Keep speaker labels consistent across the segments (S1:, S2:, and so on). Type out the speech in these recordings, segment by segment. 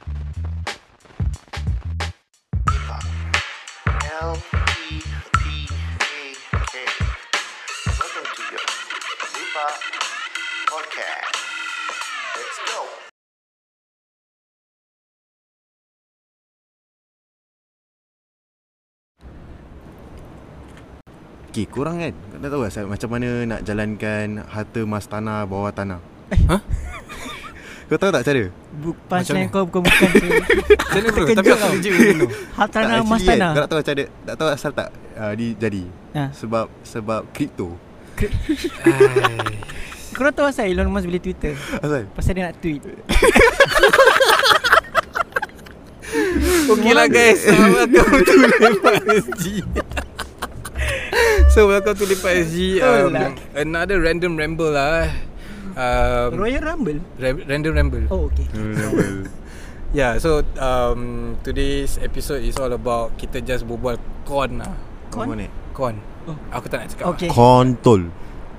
S1: E LPPAA. Welcome to your Lipa podcast. Let's go.
S2: Okay, korang kan Kau dah tahu lah Syed, macam mana nak jalankan harta mas tanah bawah tanah
S3: Eh.
S4: Hah?
S2: Kau tahu tak cara?
S3: Bu- Punchline
S4: mana?
S3: kau bukan-bukan tu
S4: Macam mana bro?
S3: Terkejut
S4: Tapi aku
S3: tau.
S4: kerja macam tu
S3: Hal
S2: tak,
S3: tanah mas
S2: actually Kan, kau
S3: tanah
S2: tak tahu cara Tak tahu asal tak uh, dia jadi
S3: Ha.
S2: Sebab sebab kripto
S3: Kau tahu asal Elon Musk bila Twitter
S2: Asal?
S3: Pasal dia nak tweet
S4: Okay lah guys So welcome to Lepak SG So welcome to Lepak SG um,
S3: Betul lah.
S4: Another random ramble lah eh. um,
S3: Royal Rumble
S4: ra- Random ramble
S3: Oh okay
S4: Yeah so um, Today's episode is all about Kita just berbual Con lah
S3: Kon?
S2: Mana?
S4: Con
S3: Oh.
S4: Aku tak nak cakap lah.
S3: Okay
S2: Kontol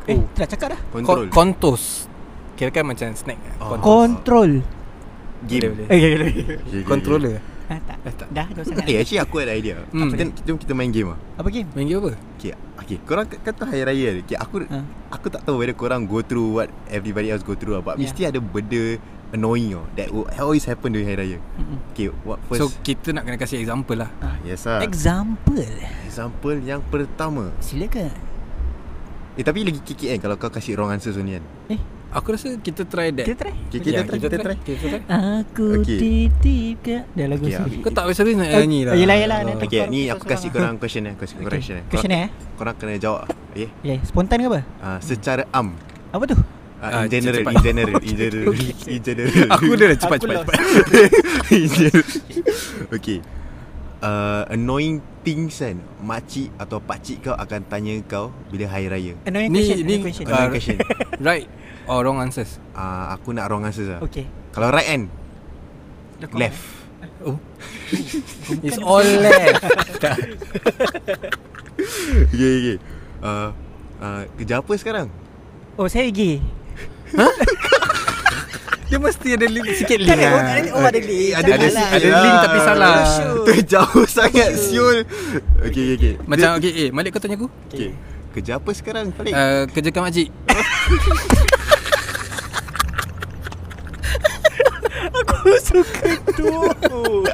S3: Eh
S4: Oh.
S3: dah cakap dah
S2: Kontrol
S4: Con- Contos Kira kan macam snack lah.
S2: Ah.
S4: Contos.
S3: Control
S4: Boleh,
S2: Game
S4: boleh.
S3: Eh okay, okay.
S2: Okay, okay,
S4: Controller
S3: Ah, tak.
S4: Eh, tak.
S3: Dah dah usah
S2: okay.
S3: nak
S2: Eh actually aku ada idea
S4: Hmm.
S2: Kita, Jom kita main game lah
S3: Apa game?
S4: Main game apa?
S2: Okay, okay. korang k- kata Hari Raya ni. okay, aku,
S3: Ha.
S2: aku tak tahu whether korang go through what everybody else go through lah But
S3: Yeah.
S2: mesti ada benda annoying oh, That will always happen during Hari Raya Okay, what first?
S4: So kita nak kena kasih example lah
S2: yes lah
S3: Example
S2: Example yang pertama
S3: Silakan
S2: Eh tapi lagi kikik kan Kalau kau kasih wrong answer sebenarnya kan
S4: Aku rasa kita try that
S3: Kita try
S2: Okay kita
S4: Yeah,
S2: try Kita try
S4: kita try.
S3: Aku
S2: Okay.
S3: titipkan Dah lagu
S2: Okay,
S3: sendiri
S2: aku-
S4: Kau tak biasa ni nak
S3: Eh,
S4: nyanyi lah
S3: eh, yelah, yelah, nanti.
S2: Okay
S3: Korang
S2: ni
S3: kisah
S2: aku kasih korang question eh Aku kasih korang
S4: Okay.
S2: question eh
S3: Question
S2: Korang-
S3: eh
S2: Korang kena jawab Okay
S3: Okay spontan ke apa?
S2: Ah, Secara am
S3: Apa tu?
S2: Ah,
S4: Ah,
S2: In general
S4: cepat.
S2: In general In general In general
S4: Aku dah dah cepat
S3: Aku
S4: cepat
S3: lost.
S4: cepat
S2: In general. Okay Uh, annoying things kan Makcik atau pakcik kau Akan tanya kau Bila hari raya
S3: Annoying
S4: Ni-
S3: question
S4: ni-
S3: annoying question
S4: Ah,
S2: Annoying question
S4: Right or wrong answers
S2: uh, Aku nak wrong answer lah
S3: Okay
S2: Kalau right kan
S3: Dah kau-
S2: Left
S4: Oh It's all left
S2: Okay okay uh, uh, Kerja apa sekarang
S3: Oh saya gay
S4: Dia mesti ada link Sikit
S3: Kan
S4: link
S3: ada-
S4: lah
S3: ada- Oh ada link
S2: ada
S4: ada,
S3: Janganlah.
S2: link
S4: ada link tapi salah
S2: Tu jauh Ya. sangat Siul Okay okay okay
S4: Macam okay eh Malik kau tanya aku
S2: okay. Kerja apa sekarang Falik? Uh,
S4: uh, Kerja kat makcik
S3: Aku suka tu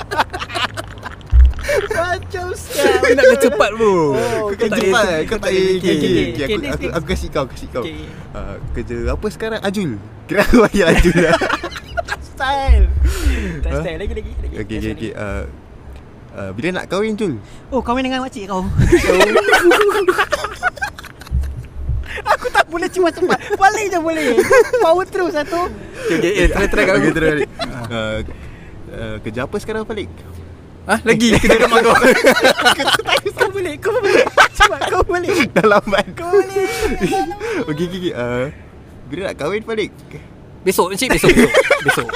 S3: Kacau sekali
S4: Kau nak kerja cepat bro
S2: kau kerja cepat eh? Kau tak
S3: boleh
S2: payah okay,
S3: fikir.
S2: okay, okay.
S3: Okay,
S2: Aku,
S3: next,
S2: aku,
S3: next.
S2: aku kasih kau Kasih kau
S3: Okay.
S2: uh, Kerja apa sekarang Ajul Kira aku panggil Ajul lah
S3: Style Tak
S2: Huh?
S3: style lagi lagi lagi.
S2: Okay okay,
S3: Last
S2: okay.
S3: one lagi.
S2: Uh, uh, Bila nak kahwin Jul
S3: Oh kahwin dengan makcik kau Aku tak boleh cuma cepat Balik je boleh Power terus lah satu
S4: Okay, okay eh, try try kat
S2: Okay
S4: aku
S2: terus Falik. uh, uh, Kerja apa sekarang Falik
S4: Ha lagi kerja kat mak kau
S3: Kau boleh Kau boleh Cepat kau boleh
S2: Dah lambat
S3: Kau boleh
S2: Okay okay, okay. Uh, Bila nak kahwin Falik
S4: Besok encik besok besok Besok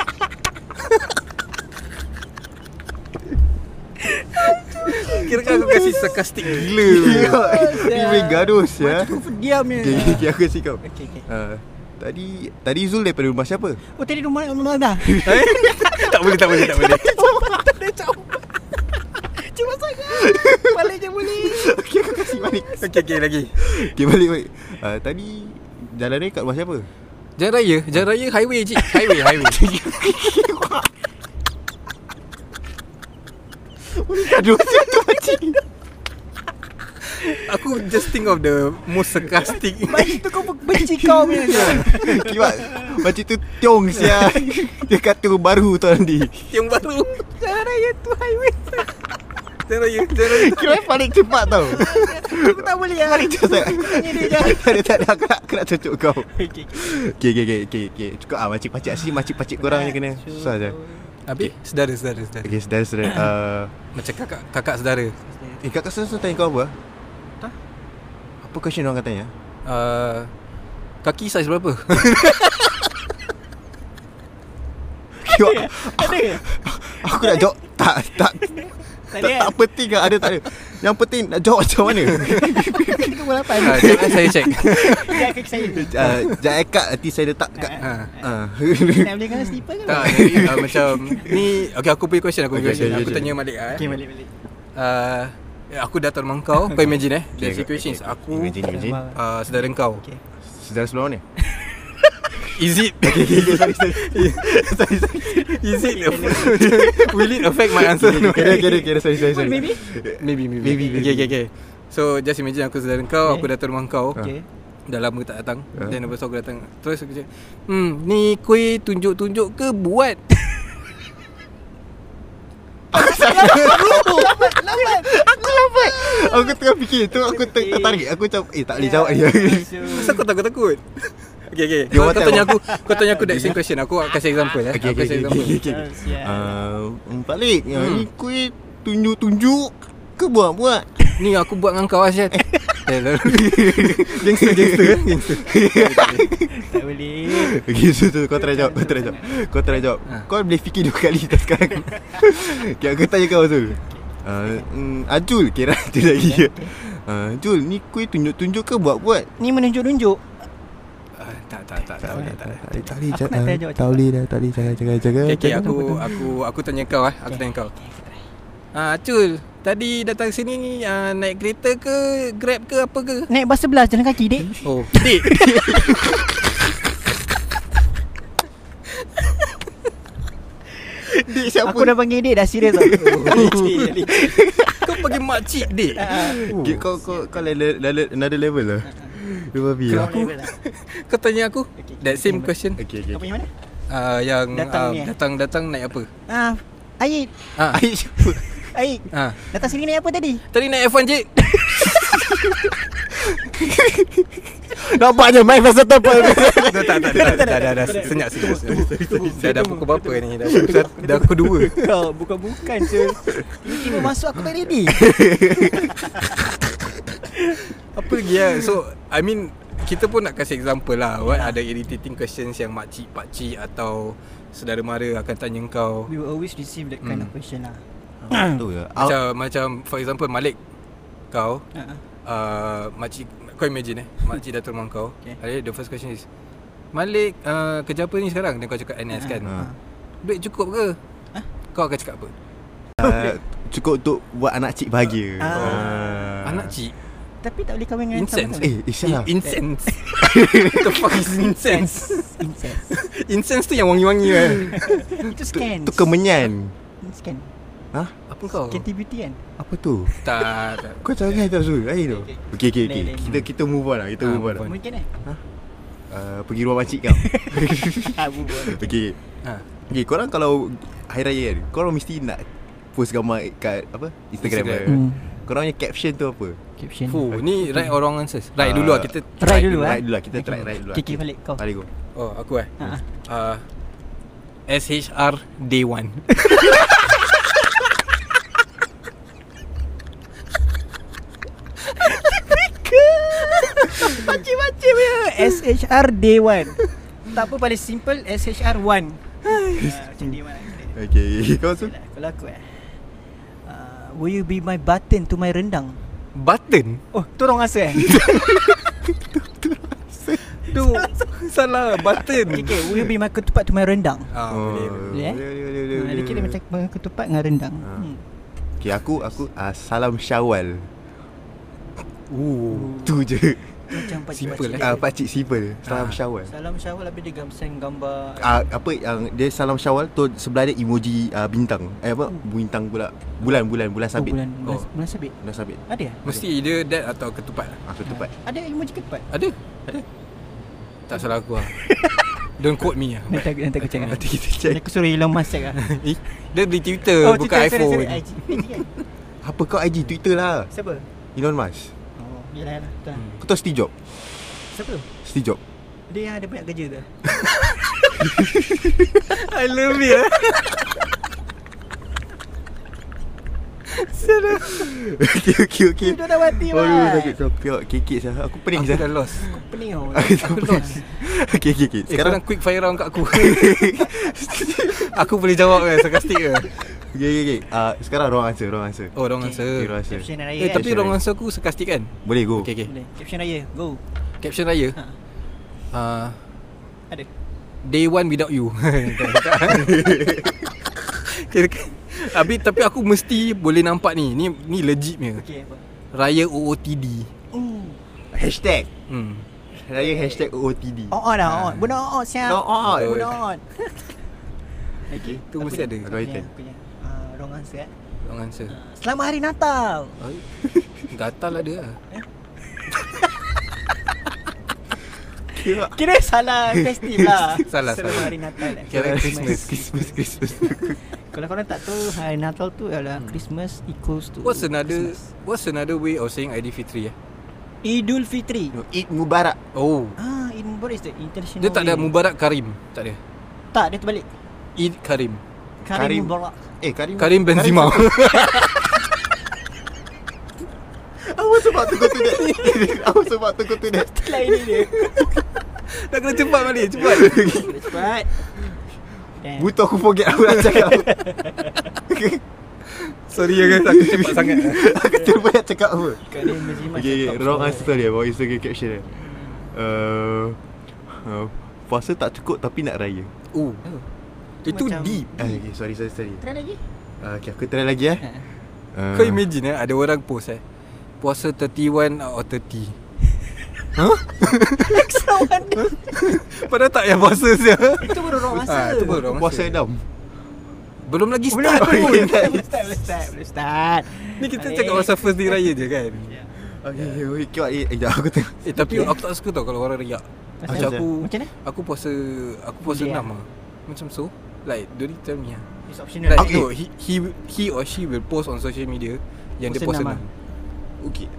S4: Kira kan aku kasih sarkastik gila
S2: Gila Ni main gaduh ya.
S3: Aku diam je
S2: Okay, okay, okay, aku kasih kau
S3: Okay okay
S2: uh, Tadi Tadi Zul daripada rumah siapa?
S3: Oh tadi rumah rumah dah
S4: Tak boleh tak boleh tak boleh
S3: Tak ada jawapan Cepat sangat Balik je boleh
S2: okay aku kasih balik
S4: Okay okay lagi
S2: Okay balik balik uh, Tadi Jalan ni kat rumah siapa?
S4: Jalan raya Jalan raya highway cik Highway highway
S2: Aduh siapa tu pakcik
S4: Aku just think of the Most sarcastic
S3: Baik tu kau benci kau punya je
S2: Kibat Pakcik tu tiong sia Dia kata baru tahun ni
S4: Yang baru
S3: Jalan raya tu highway
S4: Jalan raya Jalan raya
S2: Kibat balik cepat tau
S3: Aku tak boleh lah Balik je
S2: Tak
S3: Tanya dia je
S2: ada tak ada aku nak, aku nak cocok kau
S3: Okay
S2: Okay okay okay, okay, okay. Cukup ah pakcik-pakcik Asyik pakcik-pakcik korang je kena Susah je
S4: Habis Sedara sedara sedara
S2: Okay sedara sedara uh,
S4: Macam kakak kakak sedara
S2: Eh kakak Susan tanya kau apa?
S3: Tak.
S2: Apa question orang katanya?
S4: uh, Kaki saiz berapa?
S2: Kibat
S3: Ada ke?
S2: Aku nak jawab Tak Tak tak,
S3: ada kan?
S2: tak penting lah ada tak ada Yang penting nak jawab macam mana
S3: Kita pukul 8
S4: uh, Jangan saya check
S3: Dia kaki saya
S2: uh, Jangan akak nanti saya letak kat
S4: uh,
S2: uh.
S3: Nak beli kan slipper ke?
S4: Tak jadi, uh, Macam Ni Okay aku punya question Aku punya
S2: Okay,
S4: question
S2: okay,
S4: Aku
S2: okay.
S4: tanya Malik ah, eh.
S3: Okay balik balik
S4: uh, Aku dah teman kau Kau imagine eh The
S2: Okay,
S4: situations
S2: okay, okay.
S4: Aku
S2: Imagine imagine
S3: Ah.
S4: uh, Sedara kau
S3: Okay.
S2: Sedara sebelah mana
S4: Is it okay, okay, okay, sorry, sorry. sorry, sorry. Is it Will it affect my answer no?
S2: Kira kira kira Sorry sorry
S3: Well,
S2: sorry
S3: maybe.
S4: Maybe maybe,
S2: Maybe,
S4: Okay, okay, okay. So just imagine aku sedara kau Aku datang rumah kau
S3: Okay.
S4: Dah lama tak datang
S2: Ah.
S4: Then lepas tu aku datang Terus aku cakap Hmm ni kuih tunjuk-tunjuk ke buat
S2: Aku tengah fikir tu aku ter- tertarik Aku macam Eh tak boleh
S3: Ya.
S2: jawab ni
S3: Ah,
S4: Kenapa kau takut-takut Okay okay
S2: Dia
S4: Kau,
S2: orang
S4: kau
S2: tengok.
S4: tanya aku Kau tanya aku that same question Aku kasih example eh.
S2: Okay
S4: Aku
S2: okay
S4: kasih
S2: okay,
S4: example
S2: okay, okay.
S3: oh, Ah.
S2: Uh, Pak Lik hmm. Ni kuih tunjuk-tunjuk Ke buat-buat
S4: Ni aku buat dengan kau Asyad Gangster gangster eh, gangster.
S3: Tak boleh.
S2: Okay so, so kau try jawab Kau try jawab Kau try jawab
S4: Ah.
S2: Kau boleh fikir dua kali tak sekarang Okay aku tanya kau Azul uh, mm, Ajul kira tu lagi dia uh, Jul ni kuih tunjuk-tunjuk ke buat-buat
S3: Ni menunjuk-nunjuk.
S4: Ah, Tak tak tak Tak boleh tak boleh.
S2: Tak boleh tak boleh
S3: Aku nak try jawab,
S2: Tak boleh dah tak boleh Jangan jangan jangan
S4: Okay, okay
S2: Jangan,
S4: aku,
S2: jangan.
S4: aku aku tanya kau eh. Aku tanya kau. Ah, Acul, tadi datang sini ni ah, naik kereta ke, Grab ke apa ke?
S3: Naik bas sebelah jalan kaki, Dek.
S4: Oh, dik.
S2: Dik siapa
S3: Aku dah panggil Dek dah serius tau.
S4: kau panggil mak cik dik.
S3: Ah,
S2: Okay, kau kau kau lain le- le- le- another level lah. Dia babi lah.
S3: Aku
S4: Kau tanya aku
S3: Okay,
S4: that
S3: okay,
S4: same
S3: okay.
S4: question.
S2: Okay, okay.
S3: Kau
S2: okay.
S3: punya mana?
S4: Ah,
S3: Datang
S4: yang datang
S3: ni, eh?
S4: datang datang naik apa?
S3: Ah, Aid,
S4: Ah.
S2: Aik siapa?
S3: Aid.
S4: Ah.
S3: Datang sini naik apa tadi?
S4: Tadi naik F1 cik.
S2: Nampaknya main pasal tepal.
S4: tak tak tak dah dah dah, dah senyap senyap. senyap. Dah dah pukul berapa ni? Dah pukul satu- dah pukul dua.
S3: Kau Ya, bukan-bukan je. Tiba-tiba masuk aku tak ready.
S4: Apa lagi ya? So I mean kita pun nak kasih example lah What ada irritating questions yang makcik, pakcik atau saudara mara akan tanya kau
S3: We will always receive that kind of question lah.
S2: Tu ya.
S4: Macam macam for example Malik kau
S3: Ah,
S4: uh, makcik kau imagine eh makcik datang rumah kau.
S3: Okay.
S4: Okay. the first question is Malik uh, kerja apa ni sekarang? Dan kau cakap NS kan.
S2: Ha.
S4: Duit cukup ke? Kau akan cakap apa?
S2: Ah, Cukup untuk buat anak cik bahagia.
S3: Ah.
S2: Ah.
S4: Anak cik
S3: Tapi tak boleh kahwin dengan
S4: incense.
S2: Eh, Isya.
S4: In- incense. What the fuck is lah. Eh. incense?
S3: Incest.
S4: incense tu yang wangi-wangi kan.
S3: Itu
S2: Tu,
S3: scan.
S2: tu kemenyan.
S3: Scan.
S2: Ha?
S4: Apa kau?
S3: Candy Beauty kan?
S2: Apa tu?
S4: Tak, tak.
S2: Kau jangan kata Zul. Lain tu. Okey okey okey.
S3: Lain, lain.
S2: Kita kita move on lah. Kita
S4: Ah,
S2: move on.
S4: move
S2: lah.
S4: on.
S3: Mungkin eh?
S2: Ah, Pergi rumah makcik kau.
S3: Ah, bubur.
S2: Okey.
S4: Ha.
S2: Okay, korang kalau Hari Raya kan Korang mesti nak Post gambar kat Apa Instagram,
S4: Instagram.
S2: Instagram.
S3: Hmm.
S2: Korang punya caption tu apa
S3: Caption.
S4: Fuh, ni right or wrong answers. Right dulu
S2: Ah,
S4: lah kita
S3: Try dulu eh.
S2: Right dulu lah Kita try right dulu lah
S3: Okay, okay, balik kau.
S2: Balik kau
S4: Oh, aku eh.
S3: Ha.
S4: Uh, SHR Day 1.
S3: Macam-macam ya. SHR day 1. tak apa paling simple SHR 1. Macam day 1 lah.
S2: Okay Kau tu
S3: Kalau aku eh. Uh, will you be my button to my rendang?
S4: Button?
S3: Oh, tu orang rasa eh.
S4: Tu salah
S3: okay,
S4: button.
S3: okay, will you be my ketupat to my rendang?
S4: Ah, boleh.
S2: Oh,
S3: boleh, eh?
S4: boleh.
S2: boleh, boleh, boleh,
S3: Ha, dia kira
S2: boleh.
S3: macam ketupat dengan rendang.
S2: Ah.
S3: Hmm.
S2: Okay aku Aku ah, Salam syawal
S4: Ooh.
S2: Tu je
S3: Macam pakcik
S4: Simple, eh?
S2: Ah, Pakcik simple Salam
S4: Ah.
S2: syawal
S3: Salam syawal habis dia gamsan gambar
S2: Ah, apa yang dia salam syawal tu sebelah dia emoji ah, bintang eh apa bintang pula bulan bulan bulan
S3: Hmm. oh,
S2: sabit
S3: bulan, bulan,
S4: Oh.
S3: bulan sabit.
S2: bulan sabit
S3: Ada ya?
S4: Mesti either that atau ketupat lah.
S3: Ah.
S2: aku tepat
S3: Ada emoji ketupat?
S4: Ada? Ada. Tak salah aku lah. Don't quote me lah.
S3: Nanti, aku- nanti aku cakap.
S2: nanti kita check
S3: Nanti aku suruh Elon Musk cakap.
S4: Eh, dia beli Twitter, oh, bukan
S3: cerita,
S4: iPhone.
S3: sorry, sorry. IG, IG kan?
S2: apa kau IG Twitter lah
S3: Siapa?
S2: Elon Musk
S3: Oh, yalah yalah. Betul. lah.
S2: kau tahu Steve Jobs
S3: Siapa tu?
S2: Steve Jobs
S3: Dia yang ada banyak kerja tu.
S4: I love you. eh.
S2: okay, okay, okay.
S3: Dia dah mati
S2: Oh,
S3: lah.
S2: sakit sampai kekek sah. Aku pening
S4: Aku
S2: sah.
S4: dah lost.
S3: Pening kau.
S2: Aku dah pening. Okay, okay, okay.
S4: Eh, Sekarang
S2: Sekarang,
S4: Eh, quick fire round kat aku. aku boleh jawab kan, sarkastik ke.
S2: okay, okay, okay. Ah, sekarang wrong answer, wrong answer.
S4: Oh, wrong
S2: Okay,
S3: Okay.
S4: answer.
S2: wrong answer.
S3: Caption
S4: Eh,
S3: raya kan?
S4: tapi wrong answer aku sarkastik kan?
S2: Boleh go.
S4: Okay, okay.
S3: Boleh. Caption raya. Go.
S4: Caption raya.
S3: Ha.
S4: Uh,
S3: Ada.
S4: Day one without you Kira Habis tapi aku mesti boleh nampak ni. Ni ni legit punya.
S3: Okay apa Oh.
S4: Raya OOTD.
S3: Ooh.
S2: Hashtag
S4: Hmm.
S2: Raya hashtag OOTD
S3: Oh on lah on Budak on siap
S2: No, on.
S3: Budak on
S2: Okay
S4: Tu mesti ada.
S2: Aku item
S3: Aku punya Ah, Wrong answer eh
S4: Wrong answer.
S3: Ah, Selamat Hari Natal
S4: Gatal ada lah.
S2: Kira
S3: Kira salah festive lah
S4: Salah,
S3: Selamat
S4: salah.
S3: Hari Natal eh.
S4: Kira Christmas.
S2: Christmas Christmas
S3: Kalau korang tak tahu Hari Natal tu adalah Christmas equals to
S4: Hmm. What's another
S3: Christmas.
S4: What's another way of saying Aidilfitri eh?
S3: Idul Fitri
S2: No, Eid Mubarak
S4: Oh.
S3: Ah, in what is the international
S4: Dia tak ada
S3: way?
S4: Mubarak Karim. Tak ada.
S3: Tak, dia terbalik
S4: Eid Karim.
S3: Karim,
S2: Karim.
S3: Mubarak
S2: Eh Karim
S4: Karim Benzema.
S2: Apa sebab tu kau tu that Apa sebab tu kau tu that
S3: Lain dia
S4: Nak kena cepat balik, cepat.
S3: Cepat Damn.
S2: Butuh aku forget aku nak cakap
S4: Sorry ya guys, aku cepat sangat.
S2: Aku terlupa nak cakap apa
S3: Karim Benzema
S2: Okay, okay
S3: cakap
S2: wrong
S3: pasal-
S2: answer dia Bawa Instagram caption dia uh, uh, Puasa tak cukup tapi nak raya
S4: Oh. Itu
S3: Macam-
S4: deep.
S2: Ah, okay, sorry, sorry, sorry
S3: Try lagi
S2: uh, Okay, aku try lagi eh uh,
S4: Kau imagine eh ada orang post eh. Puasa 31 or 30.
S3: Sawan
S4: Padahal tak payah puasa sia.
S3: Itu baru wrong answer
S4: Ah, itu baru wrong
S2: Puasa
S4: answer.
S2: dam
S4: Belum lagi
S3: Belum
S4: start.
S3: pun
S4: pun.
S3: Belum start Belum start Belum start
S4: Ni kita
S3: Balik.
S4: cakap pasal first day raya je kan.
S2: Okay, okay, okay, kau eh, eh, jap, aku tengok
S4: Eh tapi aku tak suka tau kalau orang riak.
S3: Macam-
S4: Macam aku
S3: macam mana?
S4: Aku puasa aku puasa
S3: Boleh,
S4: 6
S3: ah?
S4: ah. Macam so like don't tell me ah.
S3: It's optional
S4: Like
S2: Okay.
S4: no, he, he he or she will post on social media yang dia
S3: Puasa
S4: puasa
S3: enam,
S4: 6.
S2: Okay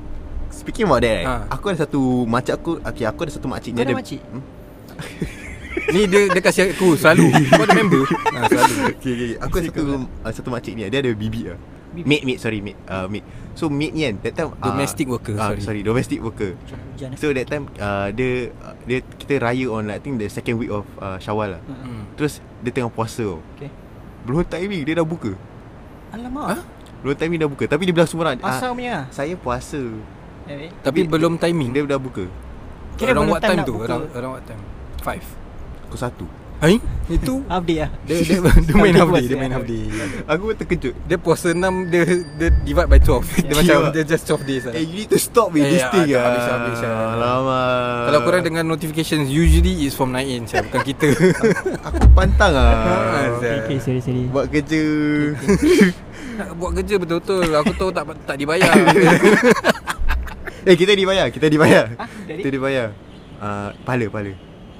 S2: Speaking about that, right?
S4: Ah.
S2: aku ada satu makcik aku Okay, aku ada satu makcik
S3: Kau
S2: dia
S3: ada
S2: ada-
S3: makcik?
S2: Hmm?
S4: Ni dia dia kasih aku selalu. Kau ada member? Ha selalu.
S2: okay, okay. Aku ada satu uh, satu makcik ni Dia ada bibi lah
S3: Bibi.
S2: Maid, maid, sorry, maid, uh, maid. So, maid ni kan That time ah,
S4: Domestic worker,
S2: ah,
S4: sorry.
S2: Sorry, domestic worker
S3: Macam hujan eh.
S2: So that time uh, dia uh, dia kita raya on like, I think the second week of uh, Syawal lah.
S4: Hmm.
S2: Terus dia tengah puasa tau.
S3: Okay.
S2: Belum timing dia dah buka.
S3: Alamak
S4: Ha?
S2: Belum timing dah buka tapi dia bilang semua orang
S3: Asal
S2: ah,
S3: punya
S2: saya puasa.
S3: Eh, eh.
S4: Tapi
S2: Dia-
S4: belum timing.
S2: Dia dah buka.
S3: Kira
S4: Around
S3: belum
S4: what
S3: time
S4: time
S3: nak
S4: tu?
S3: buka.
S4: Around, around what time? 5.
S2: Pukul satu.
S4: Hai? Itu
S3: Half day lah
S4: dia dia, dia main half day, dia main
S3: Dia
S4: half day.
S2: Aku pun terkejut.
S4: Dia puasa 6 dia dia divide by 12. Dia
S2: Yeah.
S4: macam
S2: Gila.
S4: dia just 12 days lah.
S2: Eh, you need to stop with
S4: Eh,
S2: this
S4: ah,
S2: thing
S4: dah
S2: ah.
S4: habis, habis, ah.
S2: Alamak.
S4: Kalau korang dengar notifications usually is from 9 saya bukan kita.
S2: aku pantang ah.
S3: Okay, okay sorry sorry
S2: Buat kerja.
S4: Nak buat kerja betul-betul. Aku tahu tak tak dibayar.
S2: eh, kita dibayar, kita dibayar.
S3: Ah, dari?
S2: Kita dibayar. Ah, pahala, pahala.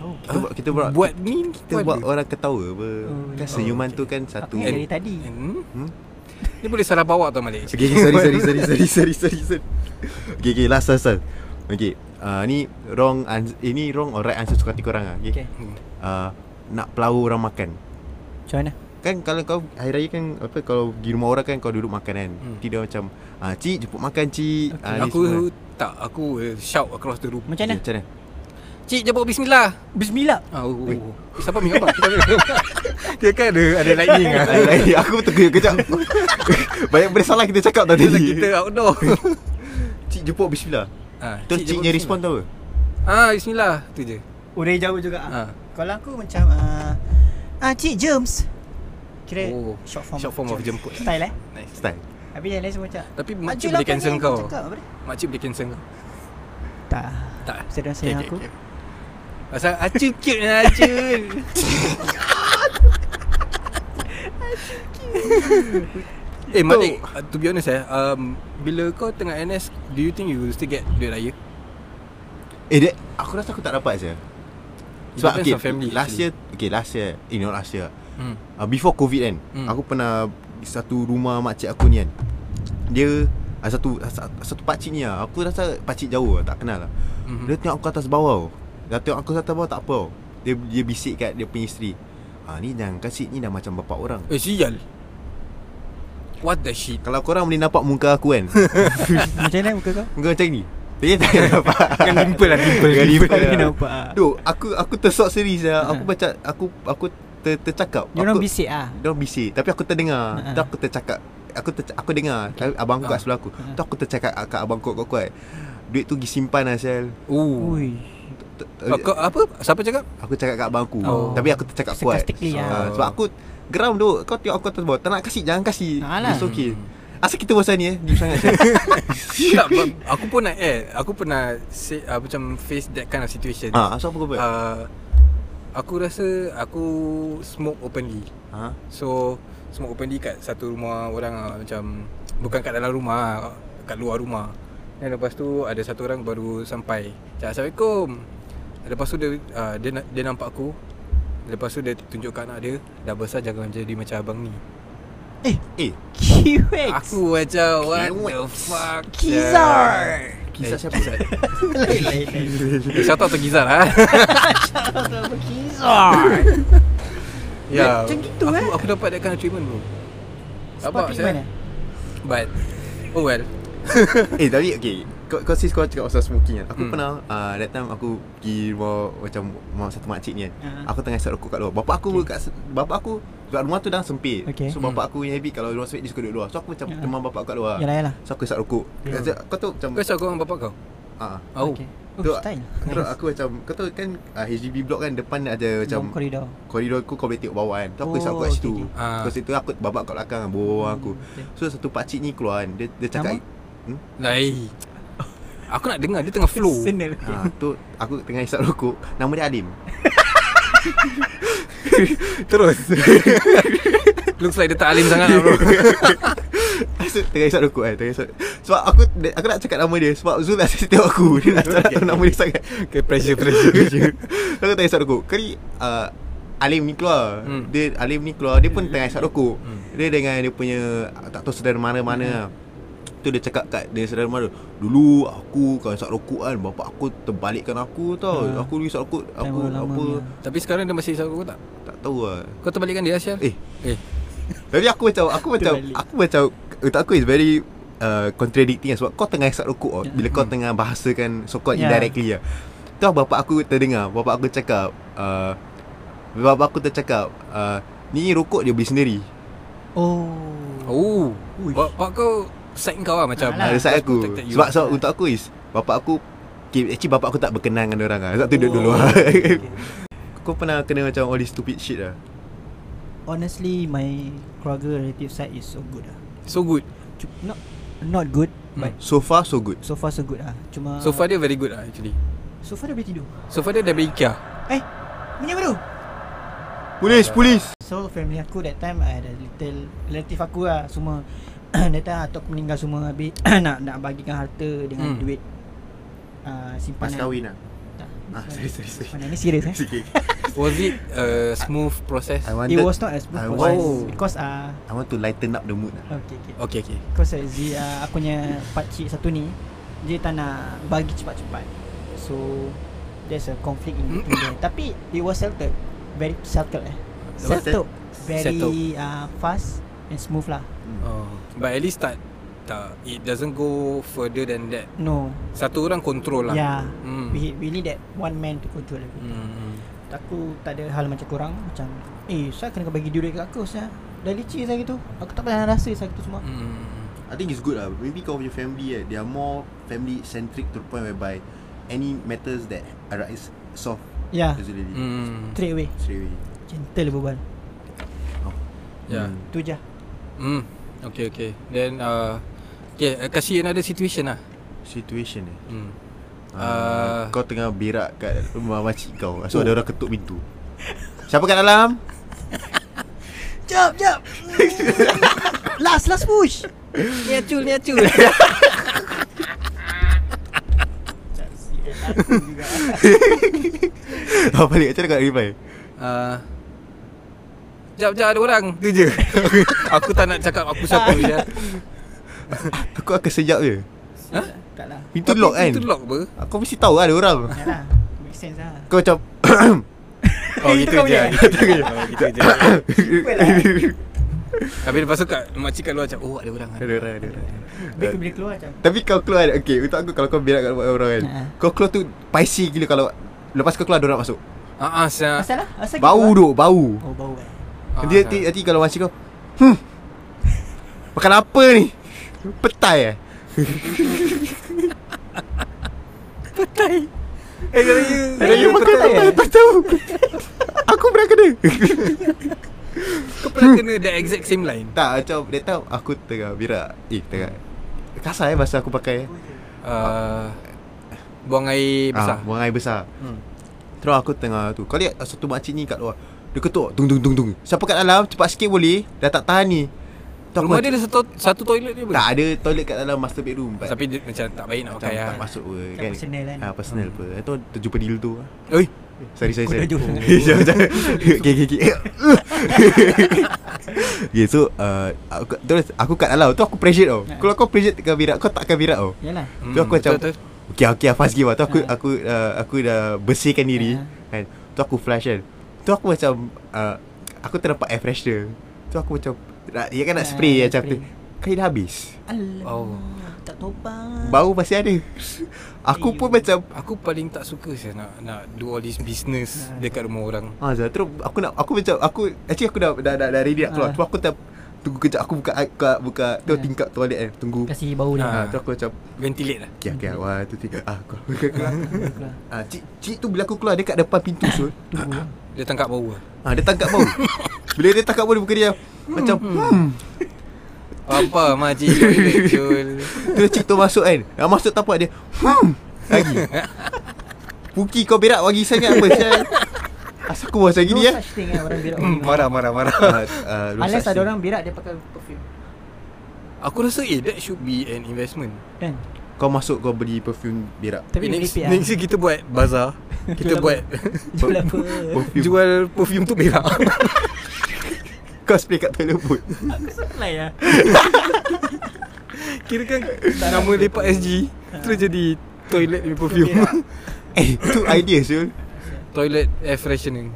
S3: Oh.
S2: Kita buat kita buat
S4: buat ni
S2: Kita buat orang ketawa apa
S3: Oh,
S2: Kan
S3: oh,
S2: senyuman tu kan
S3: Aku
S2: satu
S3: ingat dari tadi
S4: Hmm?
S2: Hmm?
S4: Ni boleh salah bawa tau Malik.
S2: Okay sorry sorry sorry sorry sorry sorry sorry Okay okay last last last Okay uh, Ni wrong ans- eh, Ini wrong or right answer suka hati korang lah Okay,
S3: Okay
S4: Hmm.
S2: Uh, Nak pelawa orang makan
S3: Macam mana?
S2: Kan kalau kau Hari Raya kan apa Kalau pergi rumah orang kan Kau duduk makan kan hmm.
S4: Hmm.
S2: Tidak macam ah, Cik jemput makan cik okay.
S4: aku tak aku will shout across the room.
S3: Macam mana?
S2: Macam mana?
S4: Cik jemput bismillah.
S3: Bismillah
S4: Ah, oh, oh, oh. Siapa mi apa? Dia kan ada ada lightning ah.
S2: Hari Raya, aku terkejut kejap Banyak benda salah kita cakap tadi
S4: Kita kita outdoor.
S2: Cik jemput bismillah
S4: Ah,
S2: Terus
S4: jemput
S2: ciknya
S4: bismillah.
S2: respon tau apa?
S4: Ah, bismillah tu je.
S3: Udah jauh juga ah.
S4: Ah.
S3: Kalau aku macam ah, ah Cik Jems Kira
S4: Oh,
S3: short form
S4: short form of jemput.
S3: Style eh
S4: Nice.
S2: Style
S3: Habis yang lain semua macam
S4: Tapi
S3: "Mak
S4: makcik
S3: Jul
S4: boleh
S3: apa
S4: cancel
S3: ni?"
S4: kau.
S3: Cakap apa dia?
S4: Makcik boleh cancel kau.
S3: Tak
S4: Tak.
S3: Saya dah
S4: Okay,
S3: sayang
S4: okay,
S3: aku
S4: okay. Pasal acu cute lah acu. Eh Malik, uh, to be honest eh, um, bila kau tengah NS, do you think you will still get duit raya?
S2: Eh that, aku rasa aku tak dapat je
S4: It
S2: Sebab
S4: depends
S2: okay,
S4: on family,
S2: last
S4: actually.
S2: year Okay last year Eh not last year
S4: Hmm.
S2: uh, Before covid kan
S4: Hmm.
S2: hmm. Aku pernah Satu rumah makcik aku ni kan Dia uh, Satu satu- Satu pakcik ni lah Aku rasa pakcik jauh lah Tak kenal lah
S4: Mhm.
S2: hmm. Dia tengok aku atas bawah tau. Dia tengok aku atas bawah tak apa tau. Dia, dia bisik kat dia punya isteri Ha, ni jangan kasih ni dah macam bapak orang
S4: Eh sial. What the shit?
S2: Kalau korang boleh nampak muka aku kan
S3: Macam mana muka kau?
S2: Muka macam ni Dia tak ada nampak
S4: Kan dimple lah, dimple. Ha.
S2: Bukan
S3: Kau
S2: dimple
S3: kena
S2: lah.
S3: nampak ah.
S2: Duh, aku aku tersok serius lah. Aku baca aku aku ter, tercakap.
S3: Dia orang
S2: Aku-
S3: bisik ah.
S2: Dia orang bisik, tapi aku terdengar.
S3: Ha.
S2: Tu aku tercakap. Aku ter, aku dengar okay. abang aku kat
S4: Ha.
S2: sebelah aku. Tu aku tercakap kat abang aku kuat-kuat. Duit tu pergi simpan lah Sel
S4: Oh.
S3: Ui.
S2: Tu- tu-
S4: Kau, kau, apa? Siapa cakap?
S2: Aku cakap kat abang aku
S4: Oh.
S2: oh. Tapi aku tercakap kuat
S3: Sarcastically
S2: So,
S3: lah.
S2: ah, Sebab aku Geram tu Kau tengok aku atas bawah Tak nak kasih Jangan kasih
S3: Alah.
S2: It's okay Asal kita pasal ni eh Deep sangat saya
S4: tak, ba- aku pun nak eh Aku pernah say, uh, Macam face that kind of situation
S2: Ah, so apa kau buat?
S4: uh, Aku rasa Aku Smoke openly
S2: Ha?
S4: So Smoke openly kat satu rumah orang lah, Macam Bukan kat dalam rumah lah, Kat luar rumah Dan lepas tu Ada satu orang baru sampai Cakap Assalamualaikum Lepas tu dia, uh, dia na- Dia nampak aku Lepas tu dia tunjuk kat anak dia Dah besar jangan jadi macam abang ni
S2: Eh, eh
S3: QX.
S4: Aku macam What the fuck
S3: Kizar.
S2: Kisah
S4: Kisah
S2: siapa?
S4: siapa? Shout out to Gizar lah
S3: Kizar.
S4: Ya
S3: Macam gitu,
S4: aku,
S3: eh?
S4: Aku dapat that kind of treatment bro
S3: Sebab
S4: Rabak,
S3: treatment
S4: saya. But Oh well
S2: Eh tapi okay kau, kau sis kau cakap pasal smoking kan Aku
S4: Hmm.
S2: pernah uh, That time aku pergi rumah Macam rumah satu makcik ni kan
S3: Ah.
S2: Aku tengah isap rokok kat luar Bapak aku kat se- Bapak aku Kat rumah tu dah sempit
S3: Okay.
S2: So bapak aku punya habit Kalau rumah sempit dia suka duduk luar So aku macam
S3: Ah.
S2: teman bapak aku kat luar
S3: Yalah yalah.
S2: So aku isap rokok
S3: Yeah.
S2: Kau tahu macam
S4: Kau cakap orang bapak kau?
S2: ah,
S4: Oh
S3: Okay.
S4: okay.
S3: Oh,
S2: Tu-
S3: style.
S2: Terus aku macam Kau tahu kan uh, HDB block kan Depan ada
S3: Macam
S2: macam
S3: koridor.
S2: Koridor aku kau boleh tengok bawah kan So aku
S3: Oh,
S2: isap aku kat
S3: okay,
S2: situ
S3: okay.
S2: Kau situ aku babak kat belakang Bawa aku
S3: Hmm, Okay.
S2: So satu pakcik ni keluar kan Dia, dia cakap
S4: Lai Aku nak dengar Dia tengah flow
S3: Personal.
S4: Ah.
S2: Ha, tu aku tengah isap rokok Nama dia Alim
S4: Terus Looks like dia tak alim sangat lah, bro
S2: Asal tengah isap rokok kan tengah isap. Sebab aku aku nak cakap nama dia Sebab Zul asyik tengok aku Dia nak tak nak tahu nama dia sangat
S4: Okay pressure pressure
S2: So, Aku tengah isap rokok Kali uh, Alim ni keluar
S4: Hmm.
S2: Dia Alim ni keluar Dia pun tengah isap rokok
S4: Hmm.
S2: Dia dengan dia punya uh, Tak tahu saudara mana-mana lah. Tu dia cakap kat Dia saudara mana Dulu aku Kalau isap rokok kan Bapak aku terbalikkan aku tau
S4: Hmm.
S3: Ha.
S2: Aku dulu isap rokok
S3: Time
S2: Aku
S3: lama
S2: apa
S3: punya.
S4: Tapi sekarang dia masih sama kau tak?
S2: Tak tahu lah
S4: Kau terbalikkan dia Asyar?
S2: Eh.
S4: Eh
S2: Tapi aku macam aku macam
S3: Terbalik.
S2: aku macam untuk aku is very uh, contradicting lah sebab kau tengah isap rokok oh,
S3: Ya.
S2: bila kau tengah bahasakan so called
S3: Ya.
S2: yeah. indirectly lah. Tu lah bapak aku terdengar, bapak aku cakap uh, bapak aku tercakap uh, ni rokok dia beli sendiri.
S3: Oh.
S4: Oh
S3: Uish.
S4: Bapak kau Side kau lah macam
S3: Alah.
S2: Ada
S4: Just
S2: saya aku.
S4: protected you.
S2: Sebab
S3: Ya.
S2: sebab untuk aku is bapak aku okay, actually bapak aku tak berkenan dengan orang lah. Sebab tu duduk
S4: Oh.
S2: dulu. lah.
S3: Okay.
S2: Kau pernah kena macam all this stupid shit lah.
S3: Honestly, my keluarga relative side is so good lah.
S4: So good
S3: Cu- Not not good,
S4: Hmm.
S3: but
S2: So far so good.
S3: so far so good lah. Cuma
S4: So far dia very good lah actually
S3: so far dia boleh tidur.
S4: So far dia dah beri Ikea
S3: Eh, punya baru.
S2: Polis polis.
S3: So family aku that time I had a little relative aku lah semua that time atuk aku meninggal semua habis nak nak bagikan harta dengan
S4: Hmm.
S3: duit uh,
S2: Pas
S3: simpanan.
S2: kahwin lah.
S3: Tak.
S2: Ah, sorry sorry sorry.
S3: Mana ni serius eh?
S2: Sikit.
S4: Was it a smooth process?
S2: I
S3: It
S2: wanted
S3: was not
S2: I
S3: as
S2: want-
S3: smooth process because ah
S2: I want to lighten up the mood lah.
S3: uh, okay okay.
S4: Okay okay
S3: Because uh, Z, uh, aku punya pakcik satu ni Dia tak nak bagi cepat-cepat So There's a conflict in between there Tapi it was settled Very settled eh Settled Very
S4: Settled.
S3: uh, fast And smooth lah
S4: Oh, but at least tak tak it doesn't go further than that.
S3: No
S4: Satu orang control lah.
S3: Yeah
S4: Hmm.
S3: Ya. we, we need that one man to control everything
S4: Hmm.
S3: Aku tak ada hal macam korang Macam Eh saya kena bagi duit kat aku saya Dah licin saya gitu Aku tak pernah rasa saya gitu semua
S4: Hmm.
S2: I think it's good lah. Maybe kau punya family eh, they are more family centric to the point whereby any matters that arise solved
S3: Ya yeah.
S2: easily. Mm.
S4: Hmm.
S3: Straight away
S2: Straight away.
S3: Gentle berbual
S4: Yeah.
S2: Mm.
S3: Tu je
S4: Ya. Hmm. Okay okay. Then uh, okay uh, kasih another situation lah.
S2: Situation eh.
S4: Hmm.
S2: Uh,
S4: Ah.
S2: kau tengah berak kat rumah makcik kau. So
S4: Oh.
S2: oh. ada orang ketuk pintu. Siapa kat dalam?
S3: Jap, jap. last, last push. Ni acul, ni acul.
S2: Kau balik macam mana kau nak reply?
S4: Uh, Jap jap ada orang Tu je Aku tak nak cakap aku siapa ya. dia
S2: Aku akan sejak je.
S4: Ha?
S3: Tak lah.
S2: Pintu lock kan?
S4: Itu lock apa?
S2: Aku mesti tahu lah ada orang.
S3: Ya lah. Make sense lah.
S2: Kau macam
S4: Oh
S3: Itu
S4: gitu
S3: kau
S4: je
S3: punya.
S4: Gitu je Oh, gitu je Habis lepas tu kat Makcik kat luar macam Oh ada orang kan
S2: Ada orang, ada orang.
S3: Bila bila keluar macam.
S2: Tapi kau keluar Okay untuk aku Kalau kau berak kat rumah orang kan
S3: Ha.
S2: Kau keluar tu Paisi gila kalau Lepas kau keluar Diorang masuk
S4: Ah, ah, saya,
S3: Asal lah? Asal
S2: Bau tu
S3: keluar?
S2: Bau
S3: Oh, bau eh.
S4: ah,
S2: Nanti nanti, nanti kalau makcik kau Hmm Makan apa ni Petai eh
S4: Eh raya
S2: eh? Ada yang makan
S4: petai.
S2: apa Tak tahu Aku pernah kena
S4: Kau orang kena the exact same line
S2: Tak macam That time aku tengah birak Eh tengah Kasar eh bahasa aku pakai
S4: uh, Buang air
S2: Ah,
S4: besar
S2: Buang air besar
S4: hmm.
S2: Terus aku tengah tu Kau lihat satu makcik ni kat luar Dia ketuk Dung dung dung dung Siapa kat dalam Cepat sikit boleh Dah tak tahan ni Tu aku macam-
S4: Rumah dia ada satu, satu toilet dia
S2: Tak
S4: boleh
S2: ada toilet kat dalam master bedroom but
S4: Tapi dia macam tak Hmm. baik nak
S2: macam
S4: pakai
S2: tak
S4: lah.
S2: masuk pun
S3: Tak personal kan?
S2: ha, Personal pun Lepas tu terjumpa dildo lah
S4: Oi,
S2: Sorry sorry
S3: Aku
S2: sorry
S3: dah jumpa.
S2: Eh, Jangan jangan Okay okay okay Okay so uh, aku, Terus aku kat dalam Tu aku pressure tau Kalau kau pressure kat birak Kau tak akan birak tau
S3: Yalah
S2: Tu aku macam
S4: betul, betul.
S2: Okay okay fast give lah Tu aku,
S3: Hmm, Ah.
S2: aku, uh, aku dah bersihkan diri
S3: Ah.
S2: kan. Tu aku flash kan Tu aku macam uh, Aku terdapat air freshener Tu aku macam nak, Dia kan nak
S3: Ah,
S2: spray macam tu
S3: spray.
S2: Kali dah habis
S3: Alah
S4: Oh.
S3: Tak tobat
S2: Bau masih ada Aku pun
S3: Ayuh.
S2: macam
S4: Aku paling tak suka saya nak nak do all this business
S3: Ah.
S4: dekat rumah orang.
S2: Ah, Zah, terus aku nak aku macam aku actually aku dah dah dah, dah ready nak keluar.
S3: Ah.
S2: Tu aku tak tunggu kejap aku buka buka, buka tu
S3: Ah.
S2: tingkap toilet eh tunggu.
S3: Kasih bau dia
S2: Ah,
S4: Ah.
S2: tu aku macam
S4: Ventilate lah.
S2: okay okay wah tu tiga ah aku aku keluar.
S3: Hmm. Keluar.
S2: ah, cik, cik tu bila aku keluar dia kat depan pintu tu.
S3: Tunggu
S4: Dia tangkap bau lah.
S2: ah, dia tangkap bau. bila dia tangkap bau dia buka dia macam hmm.
S4: Apa makcik toilet, Syul.
S2: Terus cik tu masuk kan. Ah, masuk tapak dia. Hmm. Lagi. Puki kau berak bagi sangat apa sial. Asal aku macam
S3: No
S2: gini ya?
S3: such thing lah orang birak
S4: Hmm, marah marah marah.
S2: Ah, ah, no
S3: Unless
S2: such
S3: ada
S2: thing.
S3: orang birak dia pakai perfume
S4: Aku rasa eh that should be an investment.
S3: Kan
S2: kau masuk kau beli perfume berak.
S3: Tapi dia
S4: next, eh?
S3: repeat lah
S4: next year kita buat bazar.
S3: Jual
S4: Kita buat
S3: Jual apa
S4: jual perfume tu berak.
S2: Kau spray kat toilet pun
S3: Aku supply lah
S4: Kira kan nama lepak SG terus jadi toilet with perfume. ah.
S3: berak.
S2: Eh tu idea Syul
S4: toilet air freshening.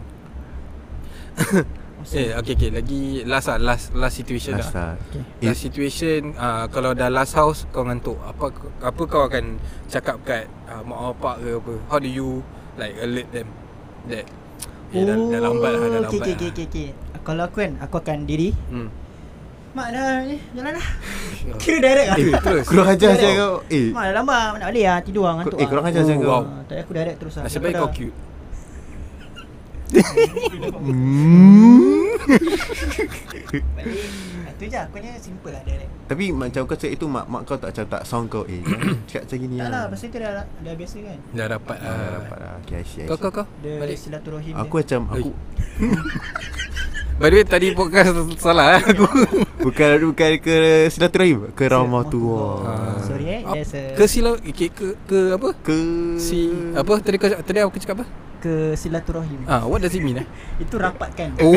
S4: eh okay okay lagi last lah last last situation lah.
S2: Asal
S3: Okay.
S2: Eh,
S4: Last situation uh, Kalau dah last house Kau ngantuk Apa apa kau akan Cakap kat uh, Mak opak ke apa How do you Like alert them That Eh dah,
S2: Oh,
S4: dah lambat lah Dah
S3: okay,
S4: lambat
S3: okay,
S4: lah
S3: okay, okay, okay. Kalau aku kan Aku akan diri
S4: Hmm.
S3: Mak dah ni Jalan lah. dah Kira direct lah
S2: eh
S4: terus.
S2: Kurang ajar
S3: Direct.
S2: saya kau Eh
S3: Mak dah lambat Mak nak balik lah Tidur lah
S2: Eh,
S3: ngantuk lah.
S2: korang ajar macam
S4: kau.
S3: Ah, Tadi aku direct terus lah
S4: Nasib baik kau
S3: Daripada-
S4: cute
S3: Balik Ah, Tu je Aku ni simple lah direct
S2: Tapi macam kau cakap itu Mak mak kau tak macam tak sound kau Eh jangan cakap macam
S4: Ya.
S2: gini
S3: Tak
S2: lah
S3: lah Pasal itu dah, dah biasa kan
S4: Dah dapat
S2: Ah,
S4: lah
S2: dah dapat lah Okay I see, I
S4: Kau kau
S2: see.
S4: kau
S3: Dia
S4: Balik
S3: silaturahim
S2: Aku
S3: dia.
S2: macam Aku
S4: By the way tadi podcast salah eh, aku
S2: Bukan Bukan ke Silaturahim Ke
S3: Ah,
S2: Rahmatullah
S3: Sorry eh There's a
S4: Ke sila eh, ke, ke, ke apa
S2: Ke
S4: Si Apa tadi kau, tadi aku cakap apa
S3: ke silaturahim
S4: Ah, What does it mean eh
S3: Itu rapat kan
S4: Oh.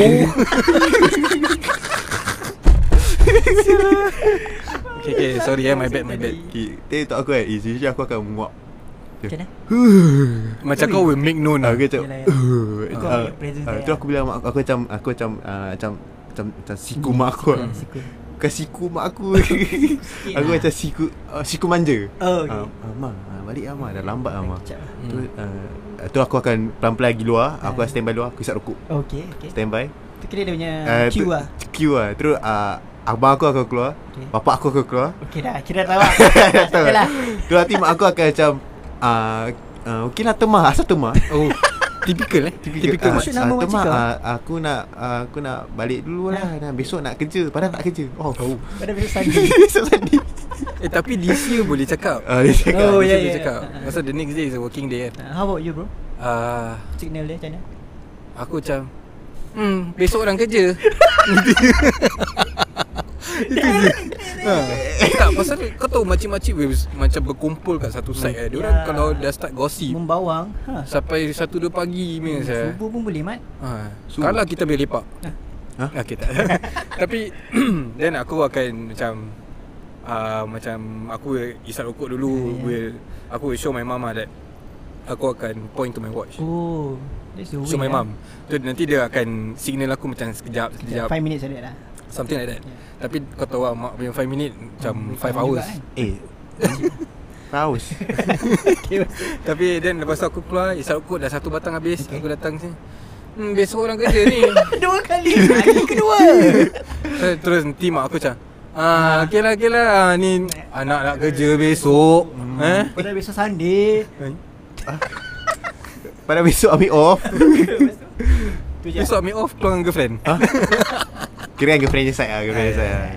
S4: okay, okay, sorry eh, my bad, my bad.
S2: Okay, Tapi tak aku kan eh, Usually aku akan menguap
S3: Macam mana?
S4: Macam kau will make known lah.
S2: Aku macam
S3: Yelah, Kau
S2: Ah,
S3: punya presence
S2: ah,
S3: saya. eh.
S2: Tu aku bilang mak aku, aku macam Aku macam ah, Macam Macam macam siku mak aku lah.
S3: Sikit.
S2: Bukan siku mak aku Aku
S3: Hmm. lah.
S2: macam siku uh, Siku manja
S3: Oh, okay.
S2: Ah, ah, Ma ah, Balik lah Ma Dah lambat lah Ma
S3: Kejap lah.
S2: Tu ah,
S4: Hmm.
S2: Tu aku akan Pelan-pelan lagi luar Aku akan
S3: Ah.
S2: standby luar Aku isap rokok
S3: Okay, okay.
S2: Standby
S3: Tu kira dia punya
S2: Ah,
S3: cue
S2: tu-
S3: lah.
S2: Queue lah Terus ah, Abang aku akan keluar
S3: Okay.
S2: Bapak aku akan keluar
S3: Okay dah, kira dah lah.
S2: Tahu
S3: Yalah.
S2: tak? Tu nanti mak aku akan macam ah, ah, Okey lah temah Asal temah
S4: Oh, typical eh. Typical.
S2: Ah,
S3: Maksud nama
S2: ah,
S3: makcik
S2: temah,
S3: kau?
S2: ah, Aku nak ah, Aku nak balik dulu lah Nah, Besok nak kerja Padahal tak kerja Oh
S3: Pada besok Sunday.
S2: Besok tadi
S4: Eh, tapi this year boleh cakap.
S2: Ah, dia cakap
S3: Oh,
S4: This year
S3: yeah, yeah.
S4: boleh cakap. Pasal the next day is a working day kan.
S3: Ah, How about you bro?
S4: Ah,
S3: Signal dia macam mana?
S4: aku macam, hmm, besok orang kerja.
S2: "Ah."
S4: Eh, tak, pasal kau tahu makcik-makcik will macam berkumpul kat satu side eh.
S3: Ya.
S4: Diorang kalau dah start gossip,
S3: Membawang. Ha.
S4: sampai 1-2 pagi punya eh. saya.
S3: Subuh pun boleh mat.
S4: Ha.
S2: So-
S4: Kalau kita boleh lepak.
S2: Ha?
S4: Ha? Okay, tak. Tapi then aku akan macam uh, macam aku will isap rokok dulu,
S3: Yeah.
S4: yeah. will aku will show my mum lah that aku akan point to my watch.
S3: Oh. ya. That's the way.
S4: Show my mum. Tu nanti dia akan signal aku macam sekejap, sekejap,
S3: 5 minutes ada lah.
S4: something like that. Tapi kau tahu lah mak punya 5 minit macam 5
S3: Sama juga
S4: hours.
S3: kan?
S2: Eh Paus
S4: Tapi then lepas tu aku keluar isap rokok dah satu batang habis, okay. aku datang sini. Hmm, besok orang kerja ni.
S3: Dua kali. Kali kedua.
S4: Eh, Terus nanti mak aku macam Ah, okey lah, okey lah. Ah, ni anak nak kerja besok. Eh?
S3: Pada besok Sunday.
S2: Pada besok ambil off
S3: Tu je.
S4: Besok ambil off keluar dengan girlfriend.
S2: Kira girlfriend je side lah Girlfriend je side lah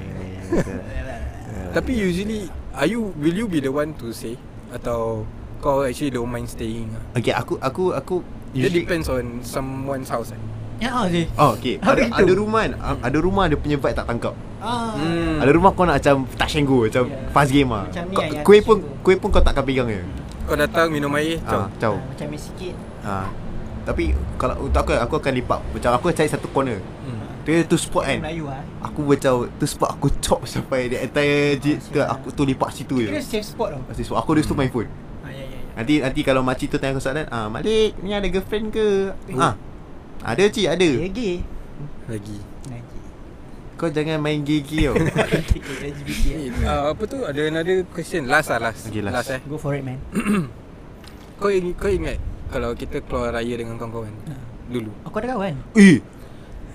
S4: Tapi usually Are you Will you be the one to say Atau Kau actually don't mind staying ah?
S2: Okay aku Aku Aku
S4: It
S2: Usually
S4: depends on Someone's house eh?
S3: Ya ah je
S2: Oh okay
S3: Apa
S2: Ada,
S3: itu?
S2: ada rumah kan, a- Ada rumah dia punya vibe tak tangkap
S3: Ah
S4: Hmm.
S2: Ada rumah kau nak macam Tak senggu Macam
S3: Yeah.
S2: fast game lah
S3: Macam ni
S2: Kau-
S3: yang
S2: Kuih pun
S3: senggu.
S2: Kuih pun kau takkan pegang je
S4: Kau datang minum air
S2: Ah,
S4: Jom
S2: Ciao
S3: Macam ni sikit
S2: Ah, Tapi Kalau untuk aku Aku akan lipat Macam aku cari satu corner
S4: hmm.
S2: Dia tu spot kan
S3: Melayu ah
S2: Aku macam Tu spot aku chop sampai The entire je, tu,
S3: sial.
S2: Aku tu lipat situ
S3: Kira
S2: je
S3: safe spot tau
S2: Pasti spot Aku dia tu main phone
S3: Ah ya ya ya
S2: Nanti nanti kalau makcik tu tanya aku soalan ah, Malik ni ada girlfriend ke?
S3: Eh.
S2: Ah, ada cik ada
S3: Dia gay
S4: Lagi
S3: Lagi
S2: Kau jangan main gigi tau
S3: LGBT
S4: Eh, uh, Apa tu Ada another question Last lah last
S2: Okay, last.
S4: eh
S3: Go for it man
S4: Kau, ing- kau ingat Kalau kita keluar raya dengan kawan-kawan Dulu
S3: Aku ada kawan
S2: Eh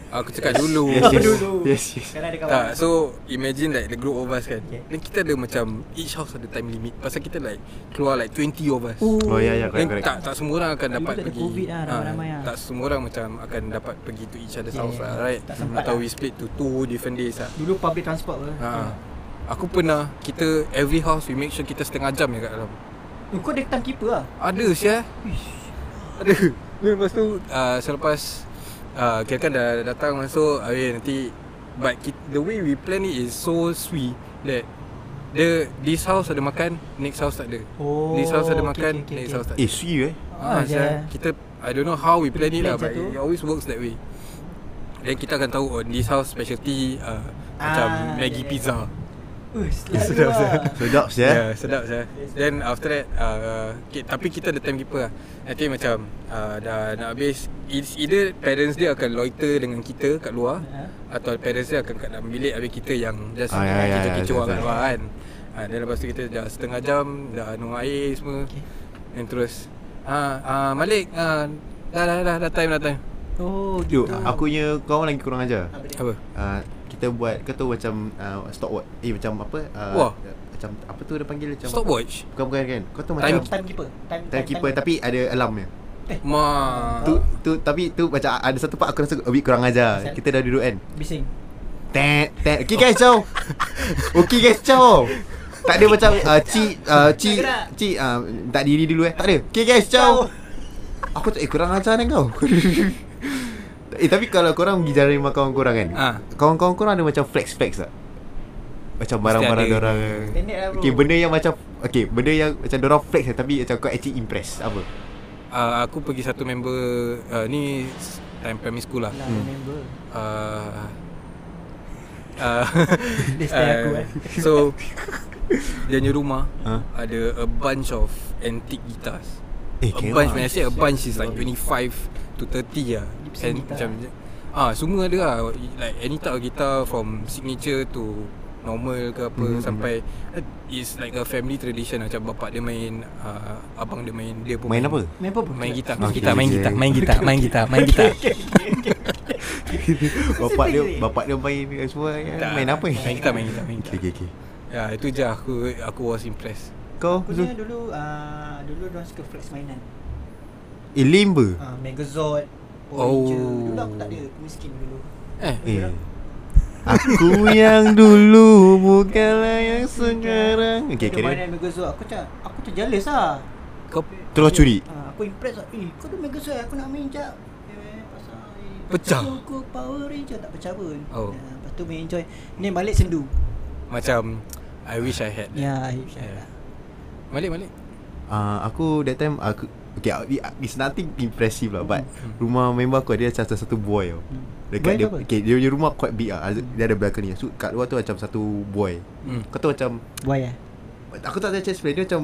S4: Aku cakap dulu
S2: yes, yes.
S3: dulu?
S2: yes, yes.
S3: Sekarang ada kawan
S4: Tak, so imagine like the group of us kan
S3: Okay.
S4: Then kita ada macam Each house ada time limit Pasal kita like Keluar like 20 of us
S3: Oh.
S2: Oh ya ya
S4: Then
S2: correct correct
S4: Eh, tak, tak semua orang akan
S3: tu
S4: dapat
S3: ada
S4: pergi
S3: COVID lah,
S4: Ah,
S3: ramai-ramai lah.
S4: Tak semua orang macam akan dapat pergi to each other's
S3: Yeah,
S4: house
S3: yeah.
S4: lah right
S3: Tak sempat
S4: Atau
S3: lah.
S4: we split to two different days lah
S3: Dulu public transport apa
S4: ha. Aku pernah Kita every house we make sure kita setengah jam je kat dalam
S3: Eh, Kau ada time keeper lah
S4: Ada siya Ada Then lepas tu uh, Selepas uh, Kira kan dah datang So okay, nanti But ki- the way we plan it is so sweet That the, This house ada makan Next house tak ada
S3: Oh,
S4: This house ada
S3: okay,
S4: makan
S3: okay, okay,
S4: Next
S3: okay.
S4: house tak ada
S2: Eh sui eh
S3: Ah,
S4: Ah, yeah.
S3: yeah.
S4: Kita I don't know how we plan it
S3: Plan
S4: lah But
S3: macam tu.
S4: it always works that way Then kita akan tahu On this house specialty uh, Macam
S3: Ah,
S4: Maggi
S3: yeah, yeah.
S4: pizza
S3: Uih selalu
S4: sedap,
S3: lah
S2: Sedap
S4: Ya yeah,
S2: sia
S4: sedap saya Then after that uh, okay, Tapi kita ada timekeeper lah Nanti macam uh, Dah nak habis It's either parents dia akan loiter dengan kita kat luar
S3: Ya.
S4: Atau parents dia akan kat dalam bilik Habis kita yang just
S2: Ah, ya, ya, ya,
S4: kecoh-kecoh
S2: ya,
S4: kat
S2: ya.
S4: luar kan ha, Then lepas tu kita dah setengah jam Dah minum air semua okay.
S3: Okay.
S4: And terus ah, ah, Malik ah, dah, dah, dah, dah time dah time
S3: Oh
S2: Yo,
S3: gitu
S2: aku punya kawan lagi kurang ajar
S4: Apa?
S2: Ah, Kita buat Kau tahu macam ah, Stopwatch Eh macam apa ah,
S4: Wah.
S2: Macam apa tu dia panggil macam
S4: Stopwatch?
S2: Bukan bukan kan Kau tahu
S4: Time-
S2: macam
S3: Time keeper Time
S2: Time keeper tapi ada alarm dia
S4: Ma
S2: Tu tu tapi tu macam ada satu part aku rasa a bit kurang ajar.
S3: Asal?
S2: Kita dah duduk kan.
S3: Bising
S2: Tet tet. Okay guys, ciao. okay guys, ciao. Tak ada macam uh, ci uh, ci
S3: Tak gerak.
S2: ci uh, tak diri dulu eh. Tak ada. Okay guys, ciao. Aku tak eh, kurang ajar ni kau. eh tapi kalau korang pergi jalan rumah kawan korang kan.
S4: Ah.
S2: Kawan-kawan korang ada macam flex-flex tak? Macam barang-barang
S4: ada.
S2: orang.
S3: Standard lah, bro.
S2: Okay, benda yang macam Okay, benda yang macam dorang flex lah, Tapi macam kau actually impress Apa?
S4: uh, Aku pergi satu member uh, Ni s- Time primary school lah
S3: Lah
S2: Hmm.
S3: member
S4: uh, uh,
S3: Dia style aku, eh.
S4: So Dia punya rumah
S2: Huh?
S4: Ada a bunch of Antique guitars
S2: Ha? Eh,
S4: A
S2: kira-
S4: bunch When I say a bunch Is like 25 To 30
S3: Gibson
S4: lah
S3: guitar.
S4: And macam Ah, Semua ada lah Like any type of guitar From signature to Normal ke apa
S2: Mhm,
S4: mm-hmm. Sampai It's like a family tradition lah. Macam bapak dia main uh, Abang dia main Dia pun
S2: Main apa?
S3: Main apa
S4: Main gitar,
S2: Okay,
S4: main gitar, main
S2: okay.
S4: gitar, main gitar, main gitar, main gitar.
S2: Bapak dia bapak dia main dengan semua kan?
S4: Tak.
S2: Main apa ni?
S4: Main gitar, main gitar, main gitar.
S2: Okey okey okey.
S4: Ya, itu je aku aku was impressed.
S2: Kau
S3: Aku punya dulu ah, Dulu diorang suka flex mainan
S2: Eh limba.
S3: Ah, Megazord
S4: Oh.
S3: Power Ranger Dulu aku tak ada Aku miskin dulu
S4: Eh,
S2: Eh. Aku yang dulu bukanlah yang sekarang. Okey
S3: Okay, Dia
S2: kira.
S3: mainan Megazord Aku cakap Aku tu jealous lah
S4: kau
S2: Terus curi.
S3: Ah, Aku impress lah Eh kau ada Megazord Aku nak main jap Eh, pasal, eh,
S4: Pecah.
S3: Aku, aku Power Ranger Tak pecah pun
S4: Oh.
S3: Ah, Lepas tu main enjoy Ni balik sendu
S4: macam I wish I had.
S3: Ya
S2: Eh.
S3: yeah,
S4: Malik, Malik.
S2: Ah aku that time aku Okay, ah, I- it's nothing impressive lah But rumah member aku ada macam satu boy tau
S3: Hmm.
S2: Dekat
S3: Boy
S2: dia,
S3: tu apa?
S2: okay, dia punya rumah quite big lah Ada- Dia ada balcony So kat luar tu macam satu boy
S4: Hmm.
S2: Kau tahu macam
S3: Buaya
S2: Aku tak tahu macam explain Dia macam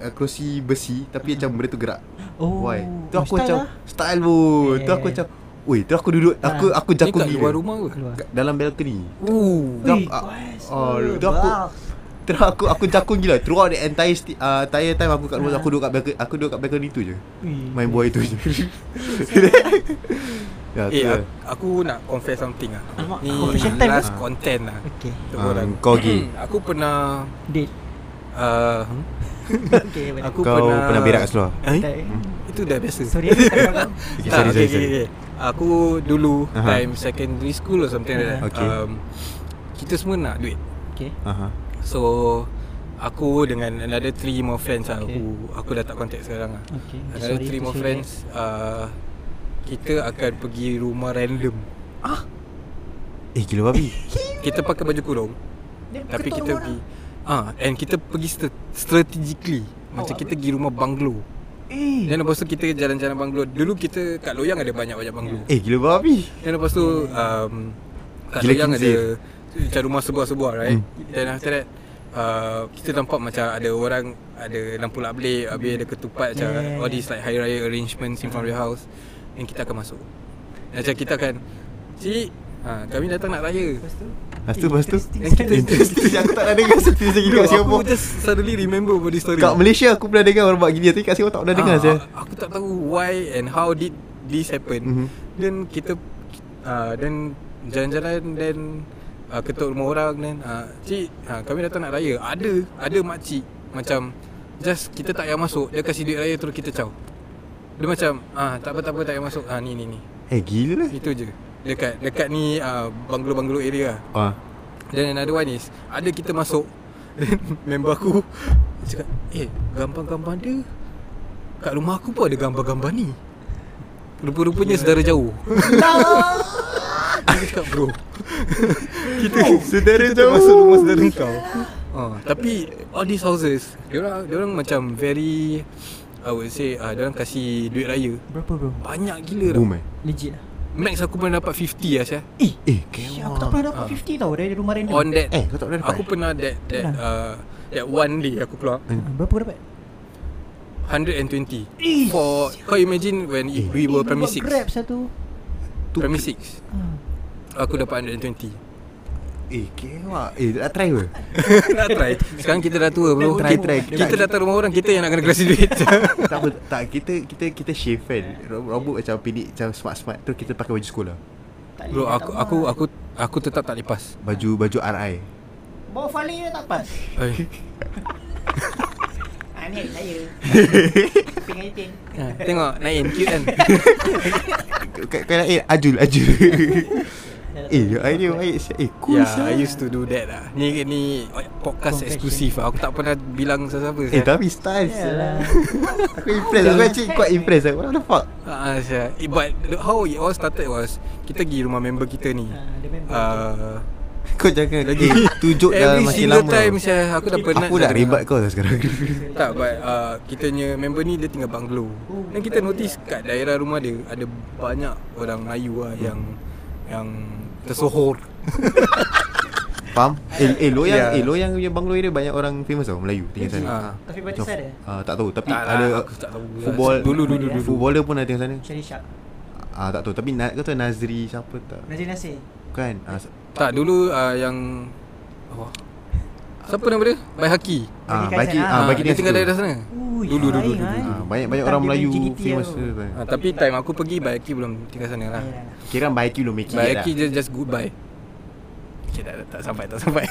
S2: uh, kerusi besi Tapi macam benda tu gerak
S3: Hmm. Oh,
S2: Why? Tu
S3: oh,
S2: aku
S3: style
S2: macam
S3: lah.
S2: Style pun Tu aku
S3: Yeah.
S2: macam Ui tu aku duduk Aku
S3: Ha.
S2: aku
S4: Ni
S2: jakun
S4: kat
S2: gila
S4: luar rumah ke?
S3: Keluar
S2: Kat Dalam balcony
S4: Oh.
S2: Dah-
S3: Ui,
S2: ah,
S3: best.
S2: ah,
S3: Oh,
S2: dah aku-
S3: best.
S2: Terus aku aku jakun gila Throughout the entire, sti- uh, entire time aku kat
S3: Ah.
S2: luar Aku duduk kat balcony Aku duduk kat balcony tu je
S3: Ui,
S2: Main boy tu je Ya tu
S4: Eh,
S2: lah
S4: aku, aku nak confess something ah.
S3: Alamak,
S4: Ni
S3: confession time
S4: last
S2: ke?
S4: content lah.
S3: Okay
S4: Untuk
S2: Ah,
S4: korang. Hmm,
S2: kau gay.
S4: Aku pernah
S3: Date
S4: uh,
S2: Hmm?
S3: Okay
S4: aku
S2: Kau pernah berak kat seluar
S4: Eh?
S3: Tak, eh.
S2: Hmm?
S4: Itu dah biasa.
S3: Sorry aku tak tahu.
S2: Okay, sorry, sorry, sorry.
S4: okay. Aku dulu
S2: Aha.
S4: uh-huh. Time secondary school Or something like that
S2: Okay.
S4: um, Kita semua nak duit
S3: Okay
S2: Aha.
S4: So Aku dengan another three more friends lah
S3: Okay.
S4: okay. Who aku dah tak contact sekarang lah
S3: Okay
S4: Another
S3: Sorry
S4: three
S3: to
S4: more
S3: say that.
S4: friends uh, Kita akan pergi rumah random
S2: Eh gila babi
S4: Kita pakai baju kurung
S3: Dia
S4: Tapi
S3: ketuk
S4: kita
S3: rumah
S4: pergi Ah, And kita pergi st- strategically Macam kita pergi rumah banglo
S2: Eh
S4: Dan lepas tu kita jalan-jalan banglo Dulu kita kat Loyang ada banyak-banyak banglo
S2: Eh gila babi
S4: Dan lepas tu um,
S2: Gila
S4: Kat
S2: Hmm.
S4: Loyang ada
S2: Kinzir.
S4: Macam rumah sebuah-sebuah right Then after that uh, Kita nampak macam ada orang Ada lampu lap belik Habis ada ketupat macam
S3: Yeah, yeah, yeah.
S4: All these like hari raya arrangements In front of your house Dan kita akan masuk Dan Macam kita akan Cik ha, Kami datang nak raya
S3: Lepas tu Eh,
S2: Lepas tu lepas tu
S3: Interesting.
S4: Dan kita
S2: Interesting Aku tak pernah dengar Seperti macam gini
S4: Bro,
S2: kat Singapura
S4: Aku just suddenly remember about this story
S2: Kat Malaysia aku pernah dengar orang buat gini Tapi kat Singapura tak pernah dengar
S4: Ah,
S2: saya
S4: Aku tak tahu why and how did this happen.
S2: Mhm.
S4: Mm-hmm. Then kita uh, then jalan-jalan then uh, ketuk rumah orang then uh, cik uh, kami datang nak raya. Ada ada mak cik macam just kita tak payah masuk dia kasi duit raya terus kita caw. Dia macam ah tak apa tak apa tak payah masuk. Ah ni ni ni.
S2: Eh gila
S4: Itu je. Dekat dekat ni uh, banglo-banglo area lah.
S2: Ah,
S4: Then another one is Ada kita masuk Then member aku dia Cakap Eh gambar-gambar dia Kat rumah aku pun ada gambar-gambar ni Rupa-rupanya saudara jauh Aku cakap bro Kita
S2: Ah. Saudara
S4: kita
S2: jauh.
S4: masuk rumah saudara kau ha, Tapi All these houses Diorang, diorang macam very I would say uh, Diorang kasih duit raya
S3: Berapa bro
S4: Banyak gila tau
S2: boom eh
S3: Legit lah
S4: Max aku pernah dapat 50 lah Syah
S2: Eh, eh
S3: Shit, Aku tak pernah dapat 50 tau Dari rumah random
S4: On that
S2: Eh, kau tak pernah dapat?
S4: Aku pernah that That,
S3: Pernah.
S4: uh, that one day aku keluar
S3: Ah, Berapa kau dapat
S4: 120
S3: Eh,
S4: For Kau imagine when eh, we were primary 6
S3: Grab satu
S4: Primary 6
S3: Ah.
S4: Aku dapat 120
S2: Eh kewak Eh nak try ke?
S4: Nak try Sekarang kita dah tua bro
S2: Try,
S4: Kita-
S2: try.
S4: Kita datang rumah orang Kita yang nak kena kasi duit
S2: tak apa, tak kita kita kita shave kan. Rob- Robot macam pendek macam smart-smart terus kita pakai baju sekolah.
S3: Tak boleh
S4: Bro
S3: nak
S4: aku
S3: tak
S4: aku
S3: buat.
S4: aku aku tetap tak lepas
S2: Baju baju RI.
S3: Bawa Fali je tak pas
S4: Eh,
S3: Ah ni saya Pengen itin
S4: ha, Tengok Naim cute kan
S2: Kau kau nak eh Ajul Ajul. eh idea baik. sia. Eh cool
S4: Yeah
S2: sia.
S4: Ya, I used to do that lah Ni ni podcast
S3: Confession.
S4: eksklusif lah. Aku tak pernah bilang sesiapa
S2: Eh tapi
S4: ya.
S2: style
S3: Yalah.
S2: yeah. Aku impress Aku actually quite impressed Aku what the fuck
S4: Ah, uh, eh, But the- how it all started was Kita pergi rumah member kita
S3: Ah,
S4: ni
S3: dia member.
S4: uh,
S2: Kau jangan Lagi eh, Tujuk dah
S4: Every
S2: makin
S4: single
S2: lama
S4: time saya, Aku dah penat
S2: Aku nak rebat kau dah sekarang
S4: Tak but uh, Kita punya member ni Dia tinggal banglo
S2: Oh.
S4: Dan kita notice Kat daerah rumah dia Ada banyak Orang Melayu lah Yang Yang Tersohor
S2: Faham? Eh, eh loyang
S4: Yeah.
S2: Eh loyang punya banglo dia Banyak orang famous tau Melayu Tinggal sana
S4: Ya. Ah.
S3: Tapi baca ada
S2: Ah, tak tahu tapi
S4: Tak lah,
S2: ada uh,
S4: aku tak tahu.
S2: football
S4: Dulu, dulu, dulu.
S2: footballer pun ada yang sana
S3: Cari syak
S2: ah tak tahu tapi na, kau tahu Nazri siapa tak
S3: Nazir Nasir
S2: kan ah, s-
S4: Tak dulu uh, Yang oh, Siapa nama dia? Bai Haki
S2: ah
S3: Kaisan,
S2: bagi
S3: ah.
S2: ah bagi
S4: Dia
S2: dia
S4: tinggal daerah
S2: situ.
S4: sana
S3: Ui,
S4: Dulu, dulu,
S3: baik,
S4: dulu,
S3: hai.
S2: Ah, banyak banyak
S3: Tentang
S2: orang
S3: dia
S2: Melayu
S3: main GDT
S2: famous
S3: tau.
S2: tu. kan.
S4: uh, Tapi time aku pergi Bai Haki belum tinggal sana lah
S3: Yelah, yelah.
S2: Kira Bai Aki belum make it
S4: Bai
S2: lah.
S4: Haki just, just goodbye Okay ya. tak, tak, tak sampai Tak sampai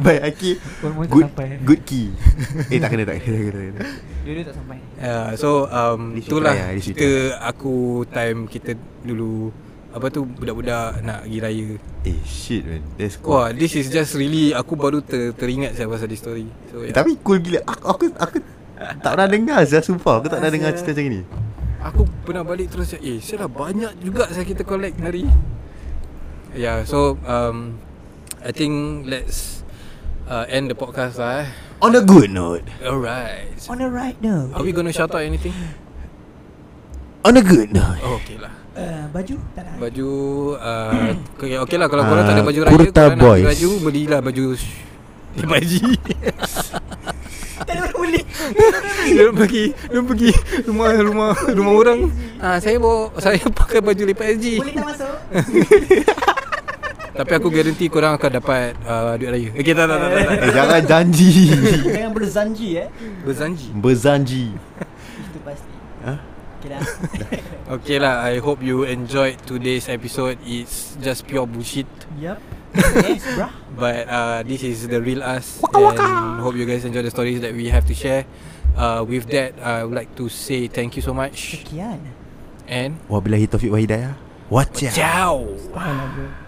S2: Bai Aki
S3: Orang pun tak
S2: good
S3: sampai.
S2: good key. Eh tak kena tak kena tak kena. tak kena.
S3: Dulu tak sampai
S4: Yeah, so um,
S2: At least you
S4: itulah
S2: try lah, at least you
S4: kita aku time kita dulu apa tu budak-budak nak pergi raya.
S2: Eh shit man. That's cool.
S4: Wah, this is just really aku baru ter, teringat saya pasal this story. So ya.
S2: Eh,
S4: yeah.
S2: Tapi cool gila. Aku aku, aku tak pernah dengar Zah sumpah Aku tak pernah dengar cerita macam ni
S4: aku pernah balik terus eh saya dah banyak juga saya kita collect hari. Yeah, so um, I think let's uh, end the podcast lah. eh.
S2: On a good note
S4: Alright.
S3: On the right now
S4: Are we gonna shout out anything?
S2: On a good note
S4: Oh, okay lah.
S3: Uh, Baju tak nak
S4: Baju uh, okay, okay lah kalau korang
S2: Ah,
S4: tak ada baju raya
S2: kurta
S4: korang nak beli
S2: boys.
S4: baju belilah baju sh- Dia baji
S3: Tak ada orang beli
S4: Dia pergi Dia pergi rumah rumah rumah orang ah, Saya bawa Saya pakai baju lipat SG
S3: Boleh tak masuk
S4: Eh. Tapi aku guarantee korang akan dapat uh, duit raya Okay tak tak tak, tak, tak.
S2: Eh jangan janji
S3: Jangan berzanji eh
S4: Berzanji
S2: Berzanji
S3: Itu pasti
S2: Hah?
S3: Okay lah
S4: Okay lah I hope you enjoyed today's episode It's just pure bullshit
S3: Yup
S4: Eh,
S3: Yes bruh
S4: But uh, this is the real us and hope you guys enjoy the stories that we have to share. Uh, with that, I would like to say thank you so much.
S3: Sekian
S4: And
S2: Wabillahi taufiq wa hidayah. Watch out.
S4: Ciao
S3: Faham lah bro